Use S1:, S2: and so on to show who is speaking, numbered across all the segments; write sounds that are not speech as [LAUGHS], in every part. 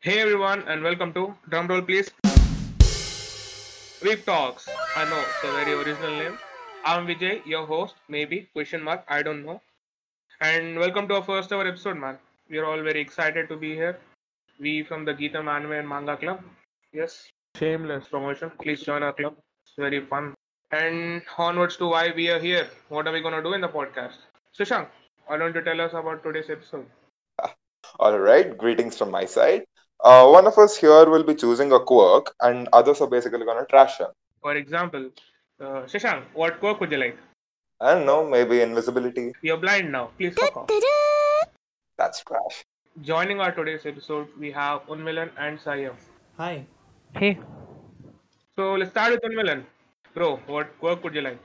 S1: Hey everyone, and welcome to drumroll please. Weep Talks. I know it's a very original name. I'm Vijay, your host. Maybe question mark. I don't know. And welcome to our first ever episode, man. We're all very excited to be here. We from the Geetam Anime and Manga Club. Yes, shameless promotion. Please join our club. It's very fun. And onwards to why we are here. What are we gonna do in the podcast? Sushank, why don't you tell us about today's episode?
S2: All right, greetings from my side. Uh, one of us here will be choosing a quirk, and others are basically gonna trash him.
S1: For example, uh, Shashank, what quirk would you like?
S2: I don't know, maybe invisibility.
S1: You're blind now. Please fuck off.
S2: That's trash.
S1: Joining our today's episode, we have Unmilan and Sayam.
S3: Hi.
S4: Hey,
S1: So let's start with Unmilan. Bro, what quirk would you like?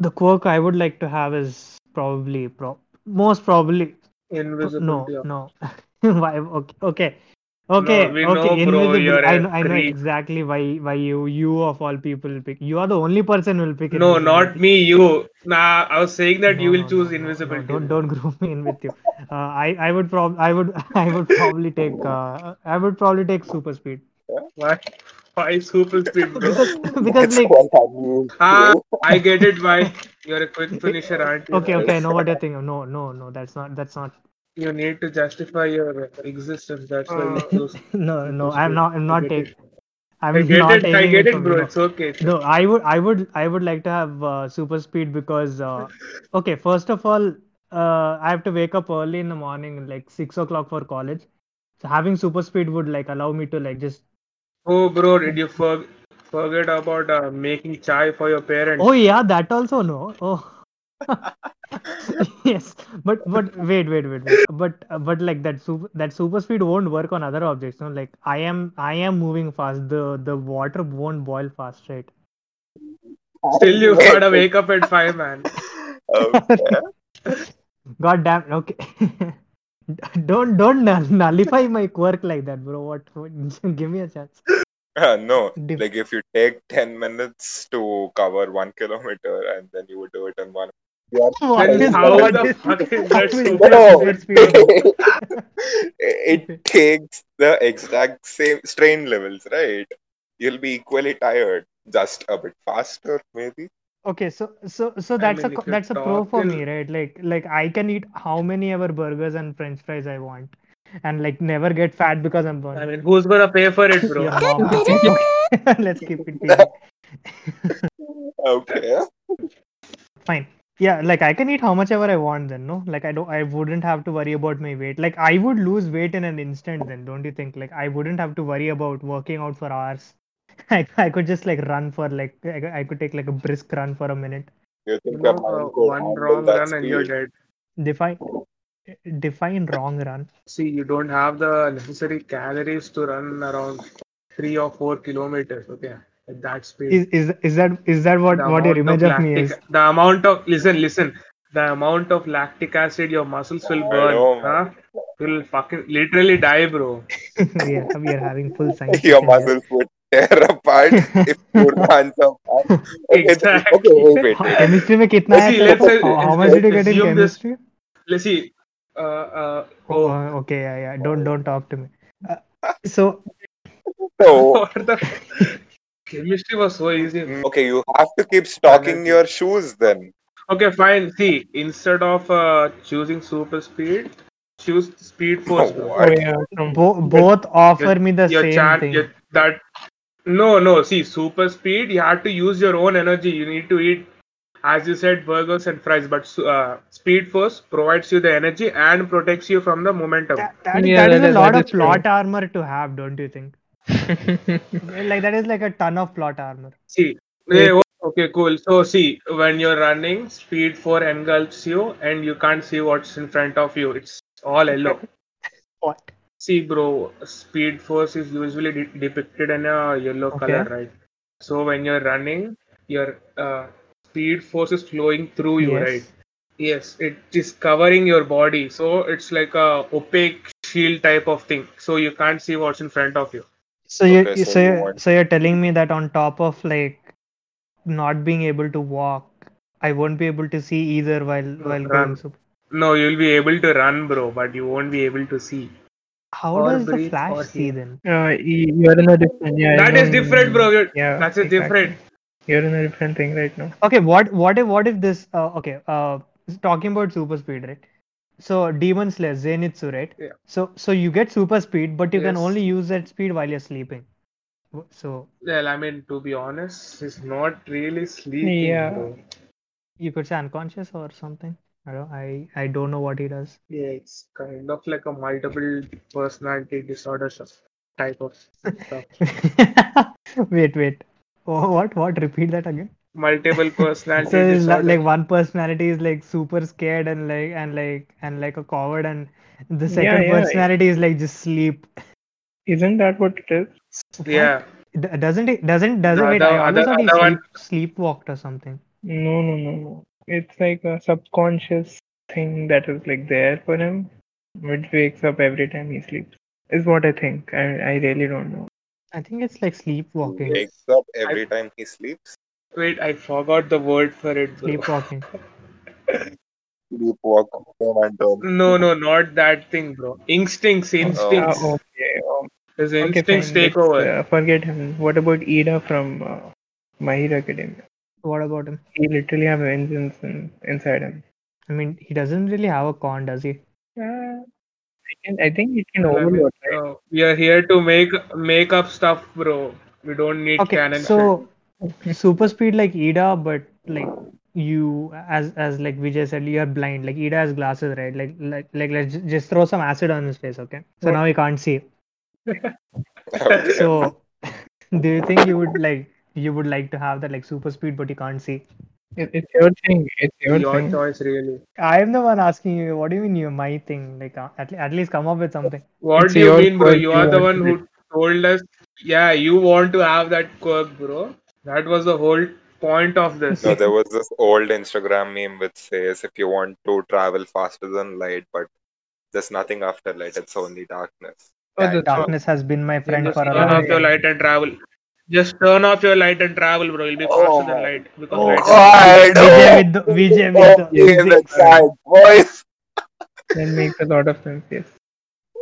S4: the quirk I would like to have is probably pro- most probably no no [LAUGHS] why okay okay okay
S1: we know,
S4: okay
S1: bro,
S4: invisible.
S1: you're
S4: I
S1: a
S4: know, I know
S1: creep.
S4: exactly why why you you of all people will pick you are the only person who will pick
S1: No, not
S4: invisibility.
S1: me, you. Nah, I was saying that
S4: No,
S1: you will
S4: no,
S1: choose
S4: no, no, no,
S1: invisibility.
S4: don't don't group me in with you. Uh, I I would prob I would [LAUGHS] I would probably take uh, I would probably take super speed
S1: Why? Why super speed, bro? [LAUGHS]
S4: because because
S2: That's
S4: like
S2: what I mean.
S1: ah, [LAUGHS] I get it. Why? You're a quick finisher, aren't you?
S4: okay okay I know what you're thinking. No no no that's not that's not
S1: You need to justify your existence. That's why you
S4: Uh,
S1: choose.
S4: no no
S1: Super
S4: I'm not I'm
S1: I
S4: not
S1: get
S4: taking
S1: I
S4: I'm
S1: get
S4: not
S1: it. I
S4: aiming
S1: get
S4: for
S1: it, bro.
S4: below.
S1: It's okay. It's
S4: No, I would, I would, I would like to have uh, super speed because, uh, okay, first of all, uh, I have to wake up early in the morning, like six o'clock for college. So having super speed would like allow me to like just.
S1: Oh, bro, did you for- forget about uh, making chai for your parents?
S4: Oh yeah, that also no. Oh. [LAUGHS] yes, but but wait, wait, wait, wait. but uh, but like that super that super speed won't work on other objects. No, like I am I am moving fast. The the water won't boil fast, right? Oh.
S1: Still, you gotta wake up at five, man.
S2: [LAUGHS] Okay. [LAUGHS]
S4: God damn. Okay. [LAUGHS] don't don't null- nullify my quirk like that, bro. What? what [LAUGHS] give me a chance.
S2: Uh, no,
S4: Diff-
S2: like if you take 10 minutes to cover one kilometer and then you would do it in one.
S4: What
S1: Then
S4: is
S1: how
S4: what
S1: the
S4: is-
S1: fuck
S4: [LAUGHS]
S1: is
S4: how
S1: that
S4: is
S1: super
S4: that
S2: speed?
S4: speed?
S2: [LAUGHS] it takes the exact same strain levels, right? You'll be equally tired, just a bit faster, maybe.
S4: Okay, so so so that's a
S1: mean,
S4: co-
S1: if you
S4: that's a pro
S1: talk
S4: for
S1: till-
S4: me, right? Like like I can eat how many ever burgers and French fries I want, and like never get fat because I'm
S1: I
S4: burnt.
S1: mean, who's gonna pay for it, bro?
S4: [LAUGHS] Yeah, wow. Okay, [LAUGHS] Let's keep
S1: [LAUGHS]
S4: it PG.
S2: Okay.
S4: fine yeah like i can eat how much ever i want then no like i don't i wouldn't have to worry about my weight like i would lose weight in an instant then don't you think like i wouldn't have to worry about working out for hours [LAUGHS] i, I could just like run for like I, could- I could take like a brisk run for a minute
S2: You
S1: You
S2: think
S1: know,
S2: your mind
S1: uh,
S2: could
S1: one
S2: handle
S1: wrong
S2: that
S1: run and you're
S2: speed?
S1: dead.
S4: define define wrong run
S1: See, you don't have the necessary calories to run around three or four kilometers. Okay, at that speed.
S4: is is, is that is that what
S1: The
S4: what your
S1: amount
S4: image of me
S1: lactic-
S4: is
S1: The amount of listen, listen. The amount of lactic acid your muscles will
S2: I
S1: burn.
S2: know,
S1: Huh? You'll fucking literally die, bro.
S4: [LAUGHS] we, are, we are
S1: [LAUGHS]
S2: [LAUGHS]
S4: having full science
S2: your
S4: session here.
S2: muscles would tear apart if you run so fast. Okay, th-
S1: Exactly.
S2: okay, wait, wait,
S4: [LAUGHS] How-
S2: wait.
S4: chemistry में कितना
S1: See,
S4: है
S1: let's say-
S4: how, how much did you get in
S1: assume this-
S4: chemistry
S1: Let's see. Uh, uh,
S4: oh,
S1: oh,
S4: uh, okay yeah yeah don't don't talk to me uh, so
S1: [LAUGHS]
S2: So,
S1: [LAUGHS]
S2: mm,
S1: what the chemistry was so easy.
S2: okay, you have to keep stocking your shoes then.
S1: Okay, fine. See, instead of uh, choosing super speed, choose speed force. bro.
S5: Oh,
S2: What?
S4: Bo- both offer me Oh, the
S1: Your
S4: same
S1: chan-
S4: thing.
S1: your- that no, no. See, super speed. You have to use your own energy. You need to eat, as you said, burgers and fries. But su- uh, speed force provides you the energy and protects you from the momentum.
S4: That, that,
S3: Yeah,
S4: that is
S3: that
S4: a
S3: is-
S4: lot
S3: that
S4: of
S3: is true.
S4: plot armor to have, don't you think? [LAUGHS] like that is like a ton of plot armor.
S1: See, hey, oh, okay, cool. So see, when you're running, speed four engulfs you, and you can't see what's in front of you. It's all yellow.
S4: What?
S1: See, bro, Speed Force is usually de- depicted in a yellow
S4: Okay.
S1: color, right? So when you're running, your uh, Speed Force is flowing through you, right? Yes, it is covering your body, so it's like a opaque shield type of thing, so you can't see what's in front of you.
S4: So you
S2: Okay, so
S4: so
S2: you
S4: you
S2: want-
S4: so you're telling me that on top of like not being able to walk, I won't be able to see
S5: Uh-huh.
S4: either while while
S1: run.
S4: going super.
S1: No, you'll be able to run, bro, but you won't be able to see.
S4: How
S3: Or
S4: does the
S3: breathe or
S4: Flash see
S3: hear.
S4: then?
S5: Uh, y- you're in a different. Yeah, I
S1: That is
S5: know,
S1: different, bro. You're,
S5: Yeah,
S1: that's a
S5: exactly.
S1: different.
S5: You're in a different thing right now.
S4: Okay, what what if what if this? Uh, okay, uh, talking about super speed, right? So Demon Slayer Zenitsu, right?
S1: Yeah.
S4: So so you get super speed, but you can
S1: Yes.
S4: only use that speed while you're sleeping. W- So
S1: Well, I mean, to be honest, he's not really sleeping.
S5: Yeah.
S1: bro.
S4: you could say unconscious or something. I don't. I I don't know what he does. [LAUGHS]
S1: Yeah, it's kind of like a multiple personality disorder stuff- type of
S5: [LAUGHS]
S1: stuff.
S4: wait wait. Oh, what what? Repeat that again.
S1: Multiple personality
S4: So it's li-
S1: disorder.
S4: like one personality is like super scared and like and like and like a coward, and the
S5: Yeah,
S4: second
S5: yeah.
S4: personality is like just sleep.
S5: Isn't that what it is?
S1: yeah,
S4: D- doesn't it doesn't doesn't
S1: No,
S4: wait,
S1: the
S4: I always
S1: other-
S4: thought he
S1: other one-
S4: sleep, sleepwalked or something.
S5: No, no, no, no. It's like a subconscious thing that is like there for him, which wakes up every time he sleeps. Is what I think. I I really don't know.
S4: I think it's like sleepwalking.
S2: wakes up every time he sleeps.
S1: wait, I forgot the word for it. Bro.
S4: Sleepwalking.
S2: Sleepwalk and um,
S1: No, no, not that thing, bro. Instincts,
S5: Ah,
S1: instincts.
S5: okay. Um,
S1: His
S5: okay,
S1: instincts
S5: fine,
S1: take
S5: let's,
S1: over.
S5: Uh, forget him. What about Ida from uh, My Hero Academia?
S4: What about him?
S5: He literally have vengeance in, inside him.
S4: I mean, he doesn't really have a con, does he?
S5: Uh, I can. I think it can
S1: I mean,
S5: overload. Right?
S1: Uh, we are here to make make up stuff, bro. We don't need
S4: Okay,
S1: canon. shit.
S4: so super speed like Ida, but like you as as like Vijay said, you are blind. Like Ida has glasses, right? Like like like let's ju- just throw some acid on his face, okay? So
S5: What?
S4: now he can't see.
S1: [LAUGHS]
S2: okay.
S4: So [LAUGHS] do you think you would like you would like to have that like super speed, but you can't see?
S5: It, it's your thing. It's your,
S1: your
S5: thing.
S1: choice, really.
S4: I am the one asking you. What do you mean you my thing? Like uh, at, le- at least come up with something.
S1: What
S5: It's
S1: do you
S5: your
S1: mean, bro?
S5: choice,
S1: You
S5: you
S1: are the
S5: want
S1: one who told us, yeah, you want to have that quirk, bro. That was the whole point of this.
S2: No, there was this old Instagram meme which says if you want to travel faster than light, but there's nothing after light, it's only darkness.
S5: Oh,
S2: Yeah,
S5: the
S2: it's not-
S4: Darkness has been my friend
S1: Just
S4: for a
S1: turn
S4: long
S1: off your
S4: time.
S1: light and travel. Just turn off your light and travel, bro. You'll be
S2: Oh
S1: faster than light because light. [LAUGHS]
S2: [LAUGHS] God, oh,
S4: Vijay with the Vijay
S2: oh, [LAUGHS]
S4: with the
S2: yeah,
S4: physics,
S2: that's right, boys.
S5: That makes a lot of sense. Yes.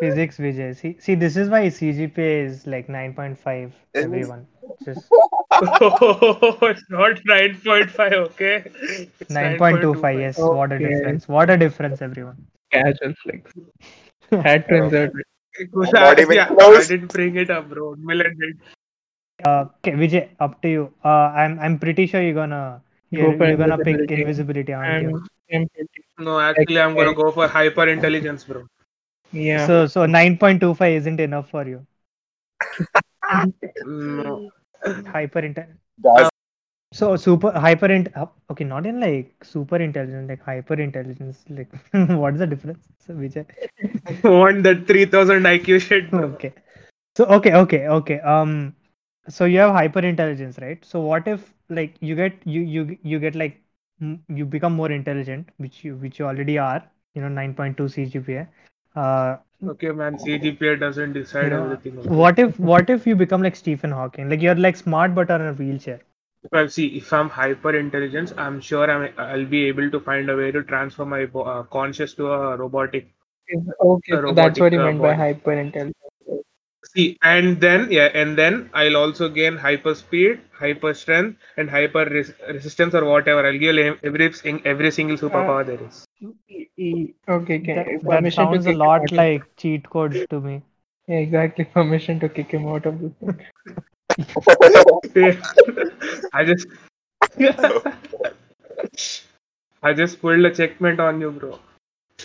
S4: physics Vijay. See, see, this is why CGPA is like 9.5.
S2: is-
S4: Everyone, just
S1: it's not 9.5, okay? It's
S4: 9.25. Yes, what a
S5: Okay.
S4: difference! What a difference, everyone.
S5: Casual
S1: [LAUGHS]
S5: flex. Had to insert it.
S1: Kush,
S2: I'm not even
S1: yeah, I
S2: close.
S1: didn't bring it up, bro. Milan did.
S4: Uh, okay, Vijay, up to you. Uh, I'm I'm pretty sure you're gonna you're,
S5: for
S4: you're gonna pick
S5: invisibility.
S4: invisibility, aren't you?
S5: I'm, I'm pretty,
S1: No, actually, I'm gonna go for hyper intelligence, bro.
S5: yeah.
S4: So so 9.25 isn't enough for you. [LAUGHS]
S1: No.
S4: Hyper intelligent.
S2: That's
S4: So super hyper int uh, okay, not in like super intelligent, like hyper intelligence. Like [LAUGHS] what's the difference? So Vijay.
S1: I [LAUGHS] want that 3000 IQ shit, bro.
S4: [LAUGHS] Okay. So okay, okay, okay. Um so you have hyper intelligence, right? So what if like you get you you you get like m- you become more intelligent, which you which you already are, you know, 9.2 CGPA. Uh
S1: Okay, man, CGPA doesn't decide
S4: Yeah.
S1: everything. okay?
S4: what if what if you become like Stephen Hawking? Like you're like smart but on a wheelchair.
S1: Well, see, if I'm hyper intelligence, I'm sure I'm, I'll be able to find a way to transfer my bo- uh, conscious to a robotic.
S5: Is- okay,
S1: a
S5: so that's
S1: robotic,
S5: what he
S1: uh,
S5: meant by
S1: body.
S5: hyper intelligence.
S1: See, and then yeah, and then I'll also gain hyper speed, hyper strength, and hyper res- resistance or whatever. I'll give em- every sing- every single superpower there is.
S5: Okay, okay.
S4: That, that
S5: permission to
S4: sounds a
S5: kick him out
S4: lot
S5: of-
S4: like cheat codes to me.
S5: Yeah, exactly. [LAUGHS] Permission to kick him out of this. thing.
S1: [LAUGHS] I just I just pulled a checkmate on you, bro.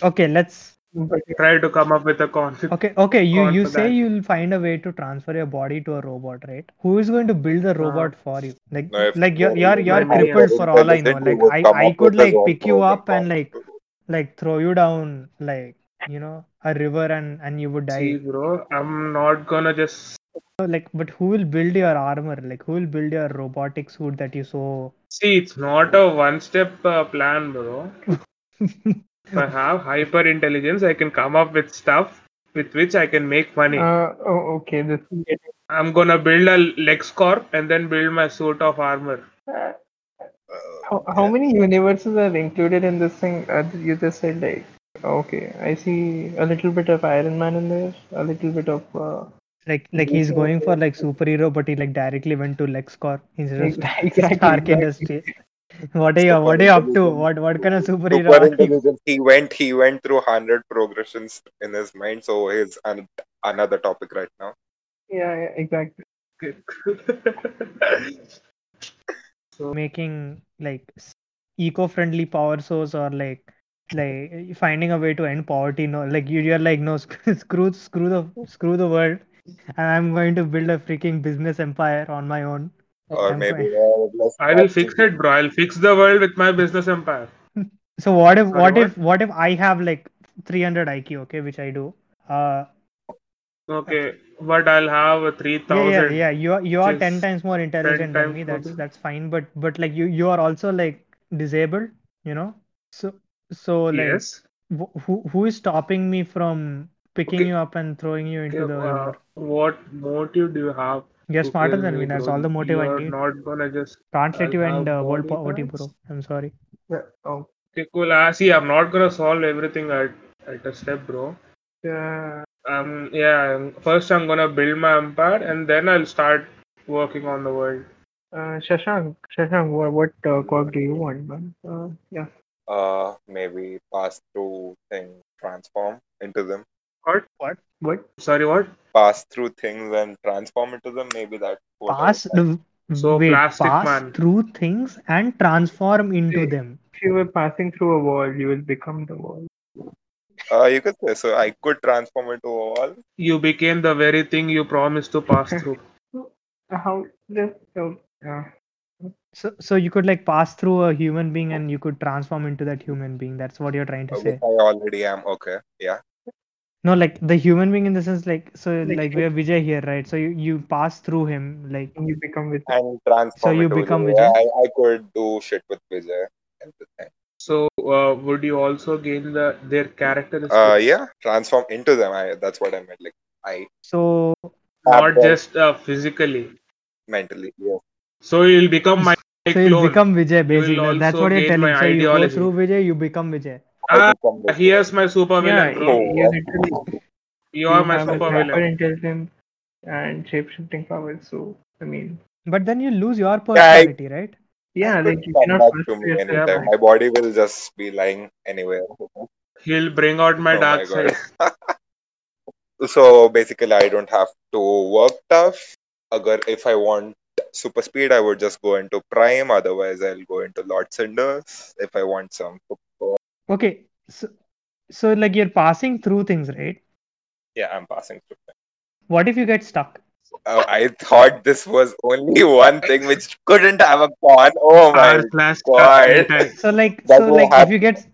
S4: Okay, let's
S5: But
S1: Try to come up with a concept.
S4: Okay, okay. You
S1: gone
S4: you
S1: for
S4: say
S1: that.
S4: you'll find a way to transfer your body to a robot, right? Who is going to build the robot for you? Like
S2: No, if
S4: like you're
S2: you
S4: you're
S2: were
S4: you're
S1: my
S4: crippled for all I know.
S2: intelligent, you would
S4: Like I
S2: come
S4: I
S2: up
S4: could
S2: with a
S4: like
S2: lot
S4: pick you
S2: more
S4: up and like
S2: powerful-
S4: like throw you down like you know a river and and you would
S1: See,
S4: die.
S1: bro, I'm not gonna just
S4: So, Like but who will build your armor? Like who will build your robotic suit that you so
S1: See, it's not a one step uh, plan, bro.
S4: [LAUGHS]
S1: if I have hyper intelligence, I can come up with stuff with which I can make money.
S5: Uh, oh, okay. This is getting.
S1: I'm gonna build a LexCorp and then build my suit of armor. [LAUGHS]
S5: Uh,
S2: Uh,
S5: how, how many universes are included in this thing? Uh, you just said like Okay, I see a little bit of Iron Man in there, a little bit of uh,
S4: Like like he's going for like superhero, but he like directly went to LexCorp instead of
S5: exactly, exactly,
S4: [LAUGHS] Stark
S5: exactly.
S4: Industries. [LAUGHS] What are you what are you up to? What what kind of superhero?
S2: Super
S4: are you?
S2: intelligent. He went. He went through hundred progressions in his mind. So here's an, another topic right now.
S5: Yeah, yeah, exactly.
S4: making like s- eco-friendly power source or like like eh, finding a way to end poverty no like you, you're like no [LAUGHS] sc- screw screw the screw the world and i'm going to build a freaking business empire on my own
S2: Or
S4: I'm
S2: maybe
S4: fine.
S2: uh, let's
S1: I will
S2: start
S1: fix
S2: thinking.
S1: it, bro. I'll fix the world with my business empire.
S4: so what if
S1: Sorry,
S4: what
S1: what?
S4: if what if i have like 300 iq okay which i do uh
S1: Okay, but I'll have a three
S4: yeah,
S1: thousand.
S4: yeah yeah you are you are
S1: which
S4: 10
S1: is
S4: times more intelligent than
S1: times
S4: me
S1: more
S4: that's
S1: than-
S4: that's fine but but like you you are also like disabled you know so so like
S1: Yes.
S4: wh- who who is stopping me from picking
S1: Okay.
S4: you up and throwing you into
S1: Okay,
S4: the
S1: uh,
S4: river?
S1: what motive do you have?
S4: You're
S1: to
S4: smarter
S1: kill
S4: than me.
S1: me,
S4: That's
S1: bro?
S4: all the motive I
S1: You're
S4: need.
S1: not gonna just
S4: Can't let
S1: I'll
S4: you end
S1: have
S4: uh, world poverty,
S1: bodyguards.
S4: bro. I'm sorry.
S5: Yeah, oh,
S1: Okay, cool. I see. I'm not gonna solve everything at at a step, bro.
S5: yeah,
S1: Um, yeah. I'm- First, I'm gonna build my empire, and then I'll start working on the world.
S5: uh, Shashank, Shashank, what, what uh, quirk do you want, man? Uh, yeah,
S2: Uh, maybe pass through thing, transform into them.
S5: what?
S1: Sorry, what?
S2: Pass through things and transform into them. Maybe that's what. I would
S4: Pass
S2: like.
S4: the
S1: uh, So
S4: wait.
S1: plastic
S4: Pass
S1: man.
S4: through things and transform into
S5: Eh.
S4: them.
S5: If you were passing through a wall, you will become the wall.
S2: Uh, you could say so. I could transform into a wall.
S1: You became the very thing you promised to
S5: [LAUGHS]
S1: pass through.
S5: Uh, How just uh, yeah.
S4: So, so you could like pass through a human
S1: Oh.
S4: being and you could transform into that human being. That's what you're
S1: Uh,
S4: trying to
S2: Which
S4: say.
S2: I already am. Okay. Yeah.
S4: No, like the human being in the sense like so
S5: Like,
S4: like we have Vijay here, right? So you you pass through him like
S5: you become with
S2: And transform
S4: So you
S2: into
S4: become
S2: Vijay.
S4: Vijay?
S2: I, I could do shit with Vijay. Everything.
S1: So, uh, would you also gain the their characteristics?
S2: Uh, yeah. Transform into them. I. That's what I meant. Like I
S4: so
S1: Not
S2: them
S1: just uh, physically.
S2: mentally. Yeah.
S1: So you'll become my
S4: so you
S1: clone.
S4: become Vijay basically. That's
S1: also
S4: what you're
S1: gain my
S4: telling. So you go
S1: ideology.
S4: through Vijay, you become Vijay.
S2: I
S5: uh,
S1: Ah,
S2: become Vijay.
S1: here's my super
S5: yeah,
S1: villain, bro.
S2: Oh,
S5: you literally
S1: You
S5: you
S1: are my
S5: have a
S1: super
S5: hyper
S1: villain.
S5: intelligence and shape shifting powers. So I mean,
S4: But then you lose your
S2: I-
S4: personality, right?
S5: yeah,
S2: It
S5: like you
S2: Come
S5: cannot
S2: back
S5: pass
S2: to
S5: through
S2: me
S5: yourself.
S2: anytime. My body will just be lying anywhere. [LAUGHS]
S1: He'll bring out my
S2: Oh my
S1: dark
S2: God.
S1: side.
S2: So basically, I don't have to work tough. Agar if I want super speed, I would just go into Prime. Otherwise, I'll go into Lord Cinders. If I want some,
S4: Okay. So, so like you're passing through things, right?
S2: yeah, I'm passing through.
S4: What if you get stuck?
S2: Uh, I thought this was only one thing which couldn't have a con. Oh my
S1: R slash
S2: God.
S1: Captain.
S4: So like
S2: That
S4: so
S2: will
S4: like if you get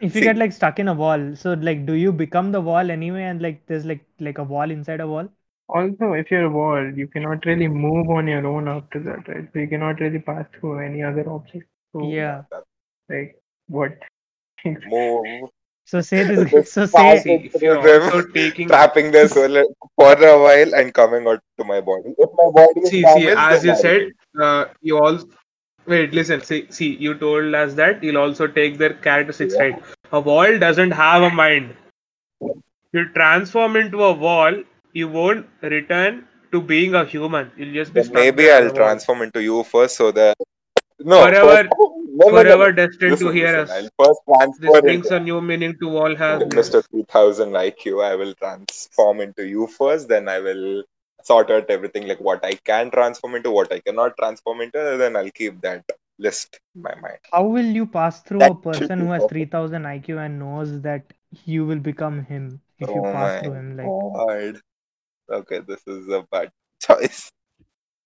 S4: if
S2: See.
S4: you get like stuck in a wall, so like do you become the wall anyway and like there's like like a wall inside a wall?
S5: Also, if you're a wall, you cannot really move on your own after that, right? So you cannot really pass through any other object.
S2: Oh.
S5: So
S4: Yeah.
S5: like what?
S2: move,
S4: So say
S2: [LAUGHS]
S4: this
S2: Just
S4: so
S2: pass
S4: say
S1: See,
S2: it
S1: if
S2: through
S1: you're
S2: them.
S1: also taking.
S2: trapping the solar for a while and coming out to my body. If my body is
S1: See, see,
S2: damaged,
S1: as
S2: then
S1: you
S2: I'll
S1: said, uh, you all. Wait, listen. See, see, you told us that you'll also take their characteristics,
S2: Yeah.
S1: right? A wall doesn't have a mind. You transform into a wall, you won't return to being a human. You'll just be
S2: Then
S1: stuck
S2: maybe
S1: there on
S2: I'll
S1: a wall.
S2: transform into you first so that no
S1: Forever-
S2: first- [LAUGHS] Oh, no, no, no, no.
S1: Forever destined to
S2: Listen,
S1: hear
S2: listen.
S1: us.
S2: I'll first
S1: This
S2: transfer
S1: brings
S2: into
S1: a new meaning to all has
S2: into Mr. 3000 IQ. I will transform into you first, then I will sort out everything like what I can transform into, what I cannot transform into, and then I'll keep that list in my mind.
S4: how will you pass through a
S2: That should
S4: person
S2: be
S4: who has
S2: perfect.
S4: 3000 IQ and knows that you will become him if you
S2: Oh my
S4: pass through him like
S2: god. Okay, this is a bad [LAUGHS] choice.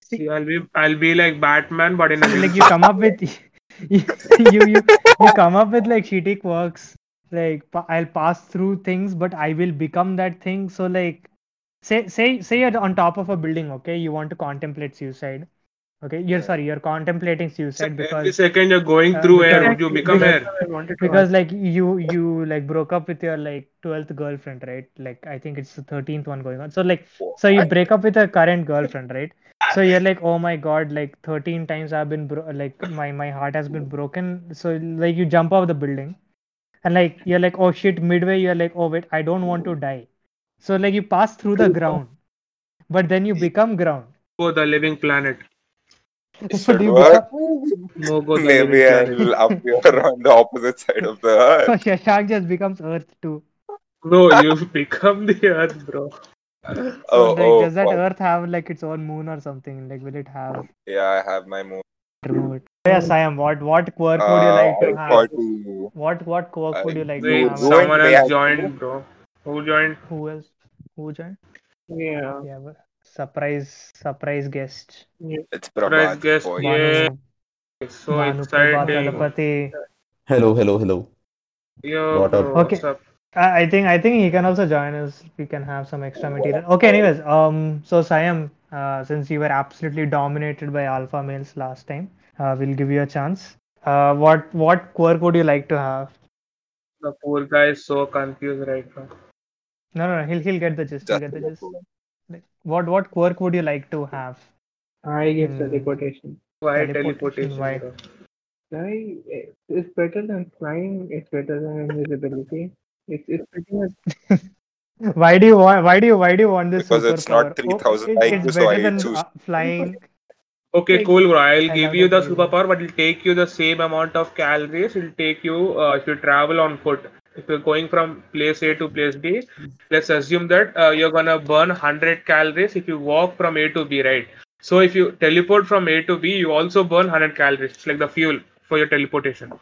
S1: See, I'll be I'll be like Batman, but in a [LAUGHS]
S4: like you come up with [LAUGHS] you, you you you come up with like shitty quirks like pa- i'll pass through things but i will become that thing so like say say say you're on top of a building okay you want to contemplate suicide okay you're
S2: Hmm.
S4: sorry you're contemplating suicide
S1: every
S4: because
S1: second you're going
S4: uh,
S1: through air,
S4: because-
S1: you
S5: Exactly.
S1: become
S4: because-
S1: air.
S5: That's what I wanted to
S4: because
S5: ask.
S4: like you you like broke up with your like 12th girlfriend right like i think it's the 13th one going on so like so you
S2: What?
S4: break up with a current girlfriend right so you're like oh my god like 13 times i've been bro- like my my heart has been broken so like you jump off the building and like you're like oh shit midway you're like oh wait i don't want to die so like you pass through the ground but then you become ground
S1: Go the living planet.
S4: [LAUGHS] so do you
S2: work.
S4: become-
S1: No go the
S2: [LAUGHS] Maybe
S1: living planet.
S2: I'll appear [LAUGHS] on the opposite side of the
S4: [LAUGHS] so
S2: earth.
S4: Shashank just becomes earth too
S1: No, you become the earth, bro.
S4: so
S2: Oh,
S4: like
S2: oh,
S4: does that
S2: oh.
S4: earth have like its own moon or something like will it have
S2: yeah, I have my moon.
S4: remove it yes i am what what quirk would you like to
S2: Uh,
S4: have
S2: for two.
S4: what what quirk would you like
S1: Wait,
S4: to
S2: Dude,
S4: have
S1: someone
S2: Ruined
S1: else
S2: me,
S1: joined, bro. Who joined?
S4: who else who joined
S5: Yeah.
S4: yeah but surprise surprise guest
S2: It's
S1: Surprise
S2: Prabhat.
S1: guest.
S2: boy.
S1: Yeah.
S4: Bhanu-
S1: So
S4: Bhanu Prabha
S1: exciting.
S4: Talapati.
S3: Hello, hello, hello.
S1: Yo,
S3: What up?
S1: bro,
S4: Okay.
S1: what's up?
S4: I I think I think he can also join us. We can have some extra material. Okay, anyways, um, so Siam, uh, since you were absolutely dominated by alpha males last time, uh, we'll give you a chance. Uh, what what quirk would you like to have?
S1: The poor guy is so confused right now.
S4: No, no, no, he'll he'll get the gist. He'll
S2: Just
S4: get the
S2: the
S4: gist.
S2: two.
S4: Like, What what quirk would you like to have?
S5: I give
S4: Hmm.
S5: the teleportation.
S1: Why
S4: Teleportation,
S1: teleportation?
S4: why?
S1: bro?
S5: I, it's eh, better than flying. It's better than invisibility. It's it's pretty much [LAUGHS]
S4: Why do you want why do you why do you want this
S2: Because it's not
S4: superpower? Oh,
S2: 3000
S4: it-
S2: IQ,
S4: it's
S2: so I
S4: better than
S2: choose-
S4: uh, flying.
S1: Okay,
S5: Like,
S1: cool, bro. I'll
S4: I
S1: give
S4: love
S1: you the
S4: that movie.
S1: superpower, but it'll take you the same amount of calories. It'll take you uh, if you travel on foot. If you're going from place A to place B, let's assume that uh, you're gonna burn 100 calories if you walk from A to B, right? So if you teleport from A to B, you also burn 100 calories. It's like the fuel for your teleportation.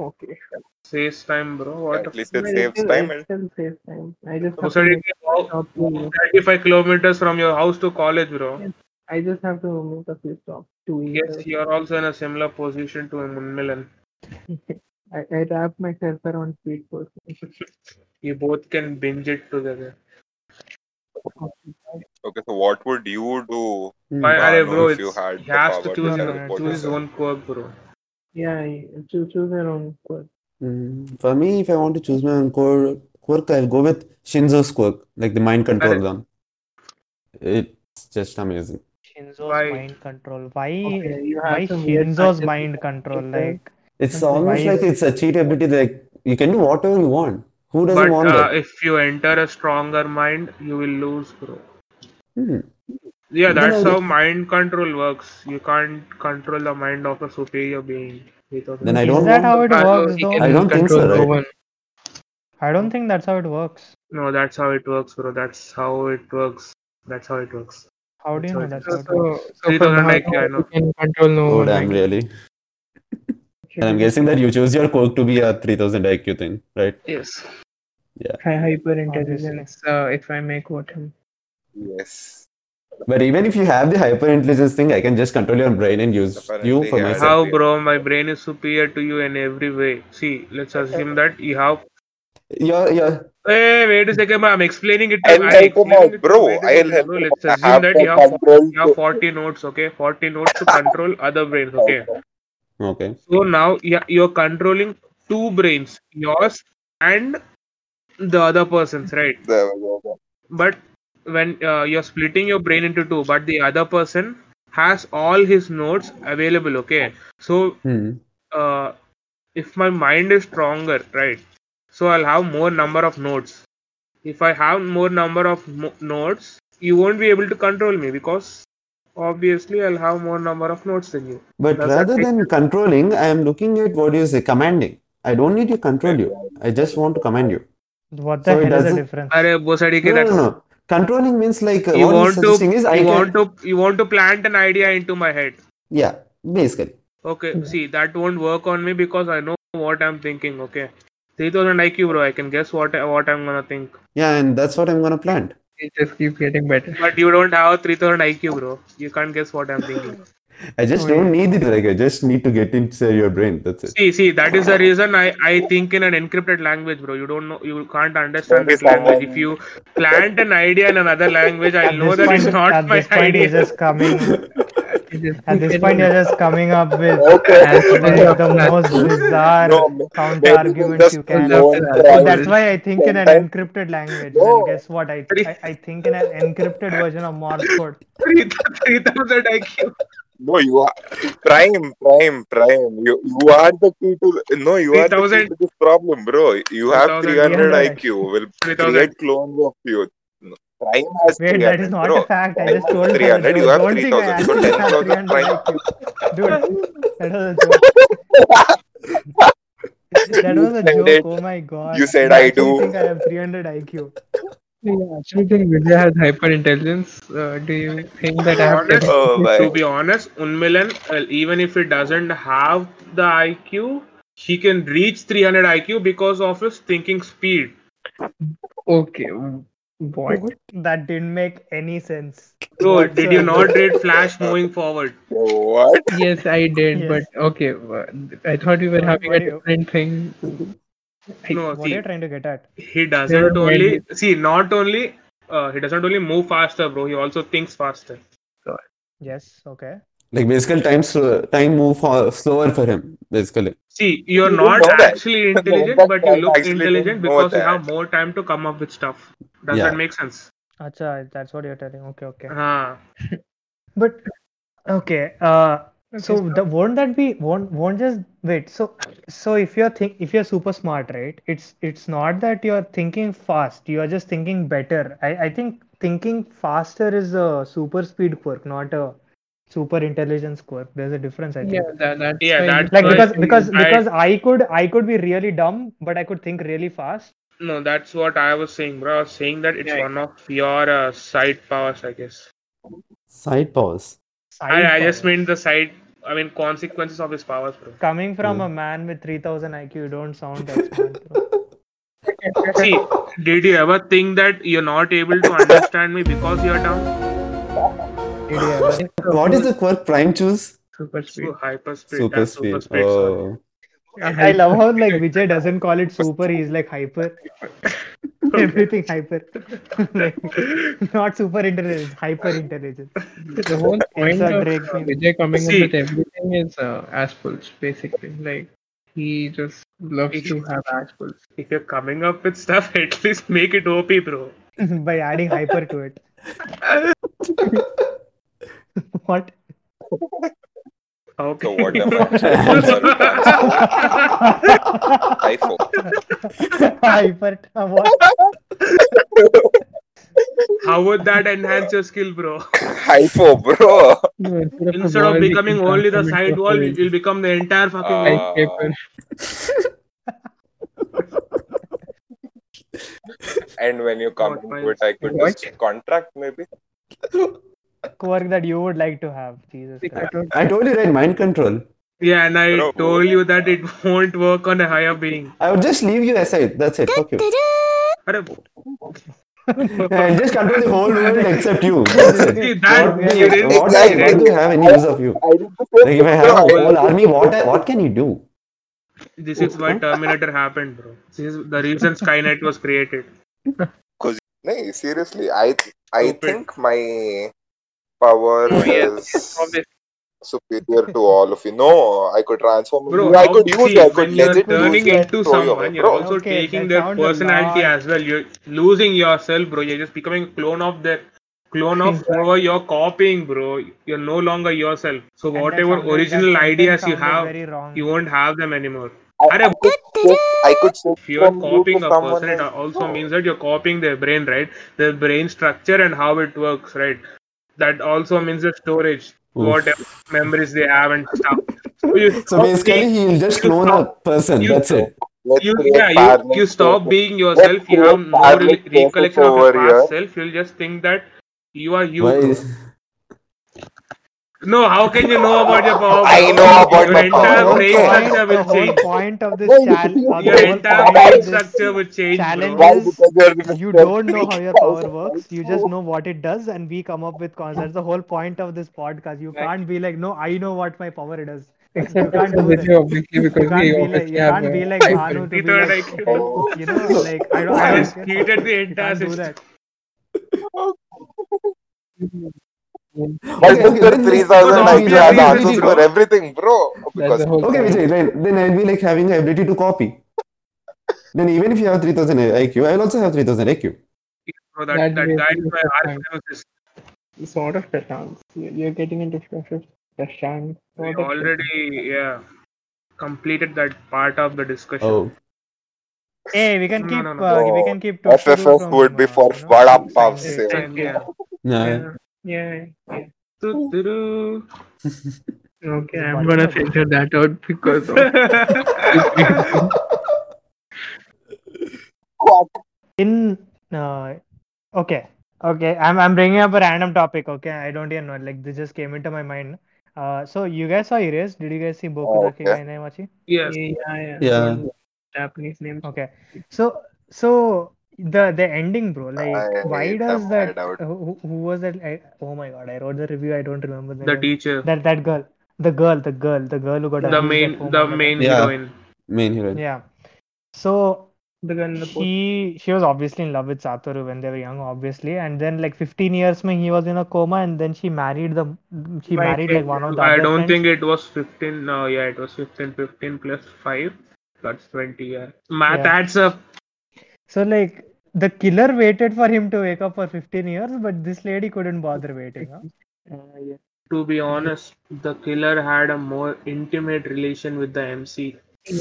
S5: okay.
S1: Saves time, bro. What?
S2: At least it
S5: Well,
S2: saves
S5: still-
S2: time. eh?
S5: it
S2: and-
S5: still saves time. I just
S1: So
S5: have to
S1: it
S5: make
S1: is
S5: stop.
S1: about 35 kilometers from your house to college, bro.
S5: I just have to make a few stops to
S1: Yes,
S5: eat.
S1: you're also in a similar position to Munmilan.
S5: I, I wrap myself around speed person.
S1: You both can binge it together.
S2: Okay, so what would you do?
S3: Hmm,
S1: Why,
S2: Bhanu,
S1: arey bro,
S2: if you
S1: it's-
S2: had
S1: he
S2: the
S1: has to
S2: power to
S1: choose,
S2: teleport
S1: choose his
S2: yourself.
S1: own quirk, bro.
S5: Yeah, I choose choose your own course.
S3: Mm, For me, if I want to choose my own quirk, quirk, I'll go with Shinzo's quirk, like the mind control
S1: Correct.
S3: one. It's just amazing.
S4: Shinzo's
S1: Why?
S4: mind control. Why
S5: Okay, you have
S4: why
S5: some weird
S4: Shinzo's
S5: concept.
S4: mind control?
S5: Okay.
S4: Like
S3: It's
S5: Okay.
S3: almost
S4: Why-
S3: like it's a cheat ability. Like you can do whatever you want. Who doesn't
S1: But
S3: want
S1: uh,
S3: that?
S1: if you enter a stronger mind, you will lose, bro.
S3: Hmm.
S1: Yeah,
S3: Then
S1: that's
S3: I
S1: how
S3: don't-
S1: mind control works. You can't control the mind of a superior being. without-
S3: Then I
S4: is
S3: don't
S4: that
S3: want-
S4: how it works though?
S3: I don't think so,
S5: control no
S3: right?
S5: one.
S4: I don't think that's how it works.
S1: No, that's how it works, bro. That's how it works. That's how it works.
S4: How do you know that's
S1: That's
S4: how
S5: So,
S4: it works?
S5: so, so
S1: Three
S5: for
S1: thousand
S5: now,
S1: IQ, I know.
S5: you can control no
S3: Oh
S5: one.
S3: damn,
S5: like,
S3: really?
S5: should
S3: And I'm
S5: we
S3: guessing that you chose your quirk to be a 3000 IQ thing, right?
S1: Yes.
S5: try hyper
S4: Obviously.
S5: intelligence uh, if I make what him?
S2: Yes.
S3: But even if you have the hyper intelligence thing, I can just control your brain and use you
S2: Apparently,
S3: for
S2: yeah,
S3: myself.
S1: How,
S2: we-
S1: bro? My brain is superior to you in every way. See, let's assume that you have.
S3: Your your
S1: Hey, wait a second, bro. I'm explaining it. To,
S2: I'll
S1: I'm
S2: help him
S1: explaining
S2: out,
S1: it.
S2: bro.
S1: To, wait a second,
S2: I'll help
S1: bro.
S2: him
S1: Let's
S2: out. I
S1: assume
S2: have
S1: that
S2: the
S1: you have, fo-
S2: control
S1: you have 40 nodes, okay? 40 nodes to control other brains, okay?
S2: to-
S3: okay.
S1: So now yeah, you're controlling two brains, yours and the other person's, right?
S2: There we go.
S1: But when uh, you're splitting your brain into two, but the other person has all his nodes available, okay? So
S3: Hmm.
S1: uh, if my mind is stronger, right? So I'll have more number of nodes. If I have more number of mo- nodes, you won't be able to control me because obviously I'll have more number of nodes than you.
S3: But
S1: Does that
S3: rather
S1: make
S3: than controlling, I am looking at what you say, commanding. I don't need to control you. I just want to command you.
S4: What the
S3: So it
S4: hell is the
S3: doesn't-
S4: difference?
S1: Arey, bosadi ke
S3: No, no,
S1: that's
S3: no, no. Controlling means like uh,
S1: you
S3: what he's
S1: want
S3: suggesting
S1: to
S3: is I
S1: you
S3: can.
S1: want to you want to plant an idea into my head.
S3: Yeah, basically.
S1: Okay,
S3: Hmm.
S1: see that won't work on me because I know what I'm thinking. Okay, 3000 IQ, bro. I can guess what I- what I'm gonna think.
S3: Yeah, and that's what I'm gonna plant.
S5: It just keeps getting better.
S1: But you don't have 3000 IQ, bro. You can't guess what I'm thinking.
S3: I
S1: Oh,
S3: just don't need it. Like I just need to get inside your brain. That's it.
S1: See, see, that is the reason I, I think in an encrypted language, bro. You don't know, you can't understand
S2: Maybe
S1: that language.
S2: someone-
S1: If you plant an idea in another language, I
S4: At
S1: know
S4: this
S1: that
S4: point,
S1: it's not
S4: at
S1: my
S4: this point,
S1: [LAUGHS]
S4: you're
S1: idea.
S4: just coming.
S5: It just
S4: At
S5: keeps
S4: this
S5: [LAUGHS] getting
S4: point, you're
S5: better.
S4: just coming up with [LAUGHS]
S2: Okay.
S4: like the most bizarre
S2: No, ma-
S4: counter
S2: maybe we'll
S4: arguments
S2: just
S4: you can.
S2: go
S5: So
S2: and
S4: So
S2: try
S4: that's
S2: it.
S4: why I think in an
S2: Sometimes-
S4: encrypted language.
S2: No.
S4: Then guess what? I, I I think in an encrypted version of Morse code.
S1: 3000 IQ.
S2: No, you are prime, prime, prime. You you are the key to the- no, you are the
S1: 3000.
S2: key to this problem, bro. You have
S1: 3000,
S2: 300
S4: yeah.
S2: IQ. Will
S1: 3000.
S2: create clones of you. No, Prime has
S4: Wait, that is
S2: 300,
S4: not
S2: bro.
S4: a fact. I
S2: Prime
S4: just
S2: has
S4: told it as a
S2: 300. You
S4: joke.
S2: have
S4: Don't think I
S2: 3000. So
S4: actually have
S2: 10,000
S4: 300
S2: prime.
S4: IQ. Dude, that was a joke. That
S2: You
S4: was a
S2: said
S4: joke.
S2: it.
S4: Oh my god.
S2: You said
S4: I
S2: I do.
S4: actually think I have 300 IQ.
S5: you actually think Vijay has hyper intelligence? Uh, do you think that I have
S1: Honest, [LAUGHS]
S2: Oh
S1: to
S2: my.
S1: be honest, Unmilan, uh, even if he doesn't have the IQ, he can reach 300 IQ because of his thinking speed.
S5: Okay, w- what?
S4: That didn't make any sense.
S1: Bro, did you
S4: whatsoever.
S1: not read Flash moving forward?
S2: What?
S5: Yes, I did,
S4: Yes.
S5: but okay. w- I thought we were
S4: What-
S5: having
S4: what
S5: a
S4: do you-
S5: different thing.
S1: No,
S4: What are
S1: see,
S4: you trying to get at?
S1: he
S5: Never
S1: doesn't
S5: mind.
S1: only see not only uh, he doesn't only move faster, bro. He also thinks faster.
S4: Yes, okay.
S3: Like basically time slow, time move for, slower for him basically.
S1: See, you're
S2: You didn't
S1: not
S2: know that.
S1: actually
S2: No,
S1: intelligent,
S2: that
S1: but you
S2: I
S1: look
S2: actually didn't
S1: intelligent
S2: know
S1: because you
S2: that.
S1: have more time to come up with stuff. Does
S3: Yeah.
S1: that make sense?
S4: Acha, that's what you're telling. Okay, okay.
S1: Ah,
S4: But okay, uh so
S5: Okay,
S4: the won't that be won't won't just wait, so so if you're think if you're super smart, right? It's it's not that you're thinking fast, you're just thinking better. I, I think thinking faster is a super speed quirk, not a super intelligence quirk. There's a difference, I
S5: Yeah,
S4: think.
S5: that, that's
S1: Yeah,
S5: why
S1: that's
S5: you-
S4: Like because
S1: why-
S4: because
S1: I-
S4: because I could I could be really dumb, but I could think really fast.
S1: no, that's what I was saying, bro. I was saying that it's
S5: Yeah.
S1: one of your uh, side powers, I guess.
S3: Side powers.
S4: Side
S1: I, I just
S4: power.
S1: mean the side. I mean consequences of his powers, bro.
S4: Coming from a man with 3000 IQ, you don't sound that smart, bro.
S1: See, did you ever think that you're not able to understand me because you're dumb?
S5: Did you ever
S3: What is the quirk prime choose?
S5: super speed?
S1: So hyper speed.
S3: Super
S1: that's super
S3: speed.
S1: speed. sorry.
S3: Oh.
S4: I love how
S1: [LAUGHS]
S4: like Vijay doesn't call it super, he's like hyper. Everything hyper. [LAUGHS] like not super intelligence, hyper intelligence. [LAUGHS]
S5: The whole point
S4: Insert
S5: of
S4: Drake
S5: uh,
S4: meme.
S5: Vijay coming
S1: See.
S5: up with everything is uh, ass pulls, basically. Like he just loves to have ass pulls.
S1: If you're coming up with stuff, [LAUGHS] at least make it OP, bro.
S4: By adding hyper to it. [LAUGHS] What? [LAUGHS]
S1: Okay.
S2: So
S1: [LAUGHS]
S2: what am I? Transformer.
S3: [LAUGHS]
S2: iPhone.
S4: hyper uh, what?
S1: How would that enhance your skill, bro?
S2: Hypo, bro.
S5: No, instead of, a
S1: Instead
S5: wall,
S1: of
S5: you
S1: becoming
S5: can
S1: only the
S5: transform
S1: side
S5: it to a
S1: wall,
S5: wall.
S1: you'll become the entire fucking
S2: Uh,
S1: wall.
S5: Skyscraper.
S2: And when you come
S1: What
S2: into it, I could
S5: What?
S2: just contract maybe.
S4: Quirk that you would like to have. Jesus Christ.
S5: I don't
S3: I told you right, mind control.
S1: Yeah, and I
S2: Bro.
S1: told you that it won't work on a higher being.
S3: I would just leave you aside. That's it. Fuck you.
S1: Arre, uh,
S3: [LAUGHS] I'll just control the whole world except you. [LAUGHS] That's it.
S1: see that
S3: What,
S1: you
S3: do
S1: didn't
S3: you- what, I, what do you have any use of you?
S2: I did the same
S3: Like if I
S2: thing,
S3: have
S2: bro.
S3: a
S2: I-
S3: whole army, what I, what can you do?
S1: This is why Terminator happened, bro. This is the reason Skynet was created.
S2: No, seriously, I I
S1: Stupid.
S2: think my power
S5: know.
S2: is superior to all of you. No, I could transform. into you. I
S1: how-
S2: could use.
S1: see,
S2: you. I could
S1: when you're
S2: legit
S1: turning
S2: use. you.
S1: into
S2: throw you away,
S1: someone, you're
S2: bro.
S1: also
S4: Okay,
S1: taking
S4: that
S1: their
S4: sounds a
S1: personality
S4: lot.
S1: as well. You're losing yourself, bro. You're just becoming a clone of their clone of whoever you're copying, bro. You're no longer yourself. So
S4: And that
S1: whatever
S4: sounded- that
S1: original
S4: sentence
S1: ideas you
S4: sounded
S1: have,
S4: very wrong.
S1: you won't have them anymore.
S2: I, I
S1: Arre,
S2: could shift, I could shift
S1: if you're
S2: from you to
S1: copying a
S2: someone
S1: person, it
S2: else.
S1: also means that you're copying their brain, right? Their brain structure and how it works, right? That also means the storage, what memories they have and stuff. So, you
S3: So
S1: stop
S3: basically,
S1: being-
S3: he'll just
S1: you
S3: clone a
S1: stop-
S3: person.
S1: you-
S3: That's it.
S2: Let's
S1: you
S2: create
S1: yeah you,
S2: parallel
S1: you stop
S2: spaces.
S1: being
S2: Let's
S1: yourself you have
S2: create
S1: no
S2: parallel
S1: re-
S2: spaces
S1: recollection of your
S2: over here.
S1: past self you'll just think that you are you
S3: Why?
S1: bro.
S3: is-
S1: no how can you know about your power
S2: I
S1: bro?
S2: know about
S1: your
S2: my
S1: entire
S2: power.
S1: brain
S2: Okay.
S1: structure
S4: the
S1: will
S4: whole
S1: change
S4: point of this
S2: No, you
S4: challenge,
S2: see,
S4: or the
S1: your
S4: whole
S1: entire
S4: point
S1: brain
S4: of this
S1: structure will change
S4: challenge
S1: bro
S2: Why?
S4: is
S2: Because you're the Mr.
S4: you don't know how your
S2: [LAUGHS]
S4: power works. You just
S2: Freak.
S4: know what it does, and we come up with concepts. That's the whole point of this podcast. You can't be like, no, I know what my power does. You
S5: Except for
S4: can't do that.
S5: Vijay, obviously,
S4: You
S5: because we
S4: can't be like
S5: obviously
S4: you
S5: have
S4: can't be
S5: a
S4: like Bhanu
S5: hyper.
S4: to be
S1: Third
S4: like,
S1: IQ.
S2: Oh,
S4: you know, like I don't, I
S1: i
S4: don't
S1: just
S4: care.
S1: cheated the
S4: You
S1: entire
S4: can't do
S1: system
S4: that.
S3: Okay,
S1: [LAUGHS]
S3: okay,
S2: Multiple
S3: then let's-
S2: 3000
S1: No,
S2: IQ had
S1: obviously,
S2: answers
S1: bro.
S2: for everything, bro.
S5: That's
S2: Because
S5: the whole
S3: Okay,
S5: point.
S3: Vijay, then, then I'll be like having the ability to copy. Then even if you have 3000 IQ, I'll also have 3000 IQ.
S1: bro that
S5: That's
S1: that guy is
S5: basically
S1: my
S5: the point.
S1: arch nemesis
S5: Sort of the sounds. You're getting into friendships. Prashant.
S1: We
S5: what a-
S1: already yeah completed that part of the discussion.
S3: Oh,
S4: Hey, we can
S1: No,
S4: keep
S1: no, no.
S4: Uh, we
S2: Oh,
S4: can keep Toshiro
S2: FFF
S4: from,
S2: would be
S4: uh,
S2: for
S4: you know,
S2: vada pav
S5: Yeah,
S2: sale.
S1: And yeah.
S3: no.
S5: yeah, yeah.
S1: Doo-doo-doo.
S5: Okay,
S4: It's
S5: I'm
S4: about
S5: gonna
S4: to-
S5: censor that out because
S1: [LAUGHS]
S5: of [LAUGHS]
S4: in uh, okay okay i'm i'm bringing up a random topic okay i don't even know like this just came into my mind uh so you guys saw erased did you guys see boku
S2: Oh,
S4: no
S2: okay.
S4: Hero Machi?
S5: yeah,
S1: [LAUGHS] yes.
S5: yeah,
S3: Yeah.
S5: Japanese names.
S4: okay so so the the ending bro like
S2: I
S4: why
S2: am
S4: does that
S2: out.
S4: who, who was that I, oh my god i wrote the review i don't remember the,
S1: The
S4: name.
S1: teacher.
S4: that that girl the girl the girl the girl who got
S1: The
S4: abused at
S1: main
S4: home
S1: the
S4: and all
S1: main
S3: Yeah.
S1: heroine.
S3: Main hero.
S4: that. yeah so
S5: The gun, the post.
S4: she she was obviously in love with Satoru when they were young, obviously, and then like 15 years, mein, he was in a coma, and then she married the she
S5: Right,
S4: married like one of the
S1: I
S4: other
S1: don't
S4: friends.
S1: think it was 15. No, yeah, it was 15. 15 plus 5. That's 20. Yeah. Math
S4: Yeah.
S1: adds up.
S4: So like the killer waited for him to wake up for 15 years, but this lady couldn't bother waiting. Huh?
S5: Uh, yeah.
S1: To be honest, the killer had a more intimate relation with the MC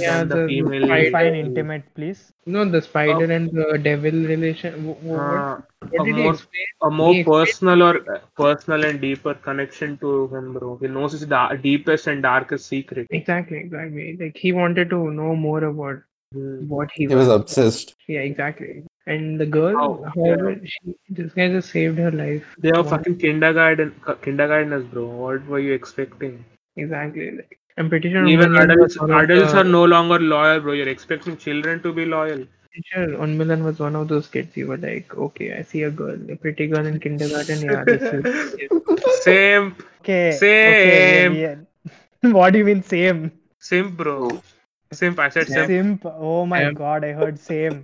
S5: Yeah,
S1: than the,
S5: the- the
S1: female.
S5: fight-
S1: lead. Oh.
S4: Define intimate, please.
S5: No, the spider and the devil relation. What,
S4: Oh.
S5: what,
S1: Uh,
S5: what
S1: a
S5: did he
S1: more-
S5: explain?
S1: a more
S5: He-
S1: personal or uh, personal and deeper connection to him, bro. He knows his da- deepest and darkest secret.
S5: Exactly, exactly. Like he wanted to know more about
S4: Mm.
S1: Hmm.
S5: what he,
S3: He was obsessed.
S5: Yeah, exactly. And the girl,
S1: Oh,
S5: however, she, this guy just saved her life.
S1: They are
S5: One-
S1: fucking kindergarten uh, kindergarteners, bro. What were you expecting?
S5: Exactly. Like, I'm pretty sure
S1: Even
S5: Unmilan was
S1: adults,
S5: one of
S1: adults
S5: the-
S1: are no longer loyal, bro. You're expecting children to be loyal.
S5: pretty sure Unmilan was one of those kids. You were like, okay, I see a girl, a pretty girl in kindergarten. Yeah, this
S1: [LAUGHS]
S5: is.
S1: Same,
S4: Okay. okay,
S1: Same.
S4: yeah, yeah. [LAUGHS] what do you mean same?
S1: same, bro. Same. I said same.
S4: Simp. Oh my
S5: Same.
S4: god, I heard same.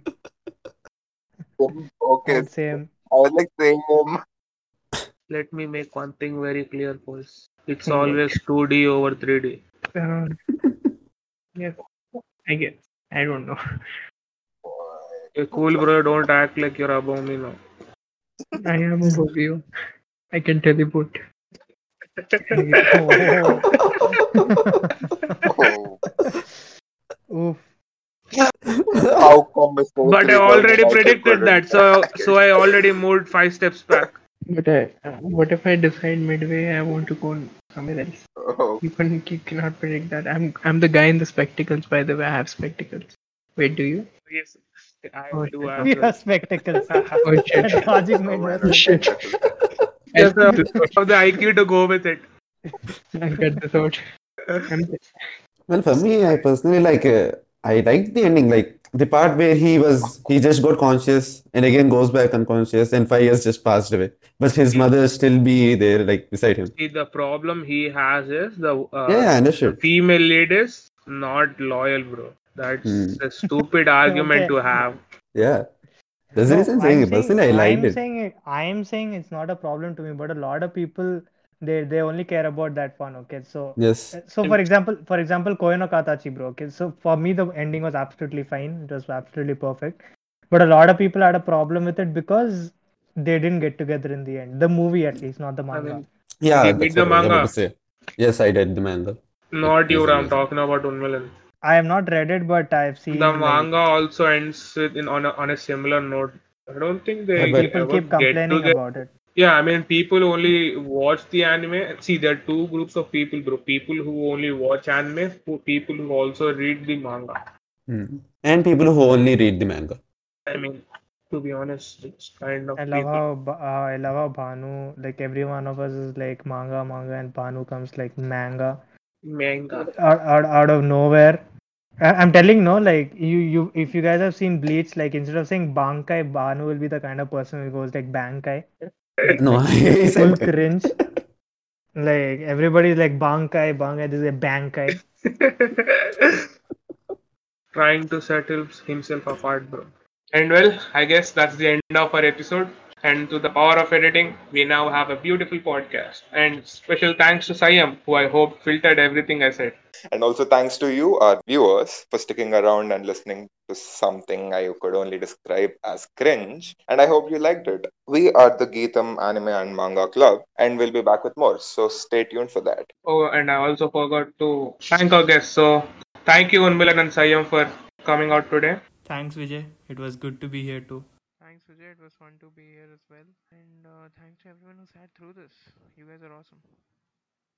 S2: Okay,
S4: Heard same. [LAUGHS]
S2: I was like saying um,
S1: Let me make one thing very clear, boys. It's
S5: Hmm.
S1: always 2D over 3D.
S5: Uh, yes, I guess. I don't know. [LAUGHS]
S1: You're cool, bro. Don't act like you're above me now.
S5: I am above you. I can teleport.
S2: oh,
S4: Oof.
S2: how come Mr.
S1: But I
S2: Three
S1: already
S2: Thousand
S1: predicted
S2: couldn't
S1: that,
S2: [LAUGHS]
S1: so
S2: get
S1: so I already moved five steps back.
S5: But I, uh, what if I decide midway I want to go somewhere else?
S2: Oh,
S5: You can you cannot predict that. I'm I'm the guy in the spectacles. By the way, I have spectacles. Wait, do you?
S1: Yes, I
S5: Oh,
S1: do.
S4: We
S1: Have
S4: have spectacles.
S5: Oh shit!
S4: [LAUGHS] That logic made no
S2: oh,
S4: sense.
S5: shit! I
S1: Yes, sir.
S5: cut this out.
S1: have the IQ to go with it.
S5: I cut this out. I'm
S3: Well, for me, I personally like uh, I liked the ending, like the part where he was he just got conscious and again goes back unconscious, and five years just passed away. But his mother still be there, like beside him.
S1: See, the problem he has is the uh,
S3: Yeah, I
S1: the
S3: understood.
S1: female lead is not loyal, bro. That's
S3: Hmm.
S1: a stupid argument
S4: Okay.
S1: to have.
S3: Yeah, that's the
S4: No,
S3: reason
S4: I'm
S3: saying it. Personally, I liked
S4: I'm
S3: it.
S4: saying it- I am saying it's not a problem to me, but a lot of people they they only care about that one. Okay, so
S3: Yes,
S4: uh, so for example, for example, Koyo no Katachi, bro. Okay, so for me the ending was absolutely fine. It was absolutely perfect. But a lot of people had a problem with it because they didn't get together in the end. The movie, at least, not the
S1: I
S4: manga.
S1: mean,
S3: yeah,
S1: you read
S3: that's
S1: the
S3: what I was about
S1: manga?
S3: to say. Yes, I did the manga.
S1: not you.
S3: Reason,
S1: I'm
S3: reason.
S1: talking about Unmilan.
S4: I have not read it, but I've
S1: The
S4: seen like,
S1: manga also ends with in on a, on a similar note. I don't think they
S3: Yeah, but-
S4: people
S1: ever
S4: keep
S1: get
S4: complaining
S1: together.
S4: about it.
S1: Yeah, I mean, people only watch the anime. See, there are two groups of people, bro. People who only watch anime, who people who also read the manga.
S3: Hmm. And people who only read the manga.
S1: I mean, to be honest, it's kind of
S4: I love
S1: people.
S4: how Ba- uh, I love how Bhanu like every one of us is like manga manga and Bhanu comes like manga
S1: manga.
S4: out out, out of nowhere. I- I'm telling no like you you if you guys have seen Bleach like instead of saying Bankai Bhanu will be the kind of person who goes like Bankai
S3: No, [LAUGHS] I
S4: full
S3: said
S4: cringe. Like everybody's like Bankai Bankai this is a Bankai.
S1: [LAUGHS] Trying to settle himself apart, bro. And well, I guess that's the end of our episode. And to the power of editing, we now have a beautiful podcast. And special thanks to Sayam, who I hope filtered everything I said.
S2: [LAUGHS] And also thanks to you, our viewers, for sticking around and listening to something I could only describe as cringe. And I hope you liked it. We are the Geetam Anime and Manga Club, and we'll be back with more. So stay tuned for that.
S1: Oh, and I also forgot to thank our guests. So thank you, Unmilan and Sayam, for coming out today.
S6: Thanks, Vijay. It was good to be here too.
S5: Thanks, Vijay. It was fun to be here as well. And uh, thanks to everyone who sat through this. You guys are awesome.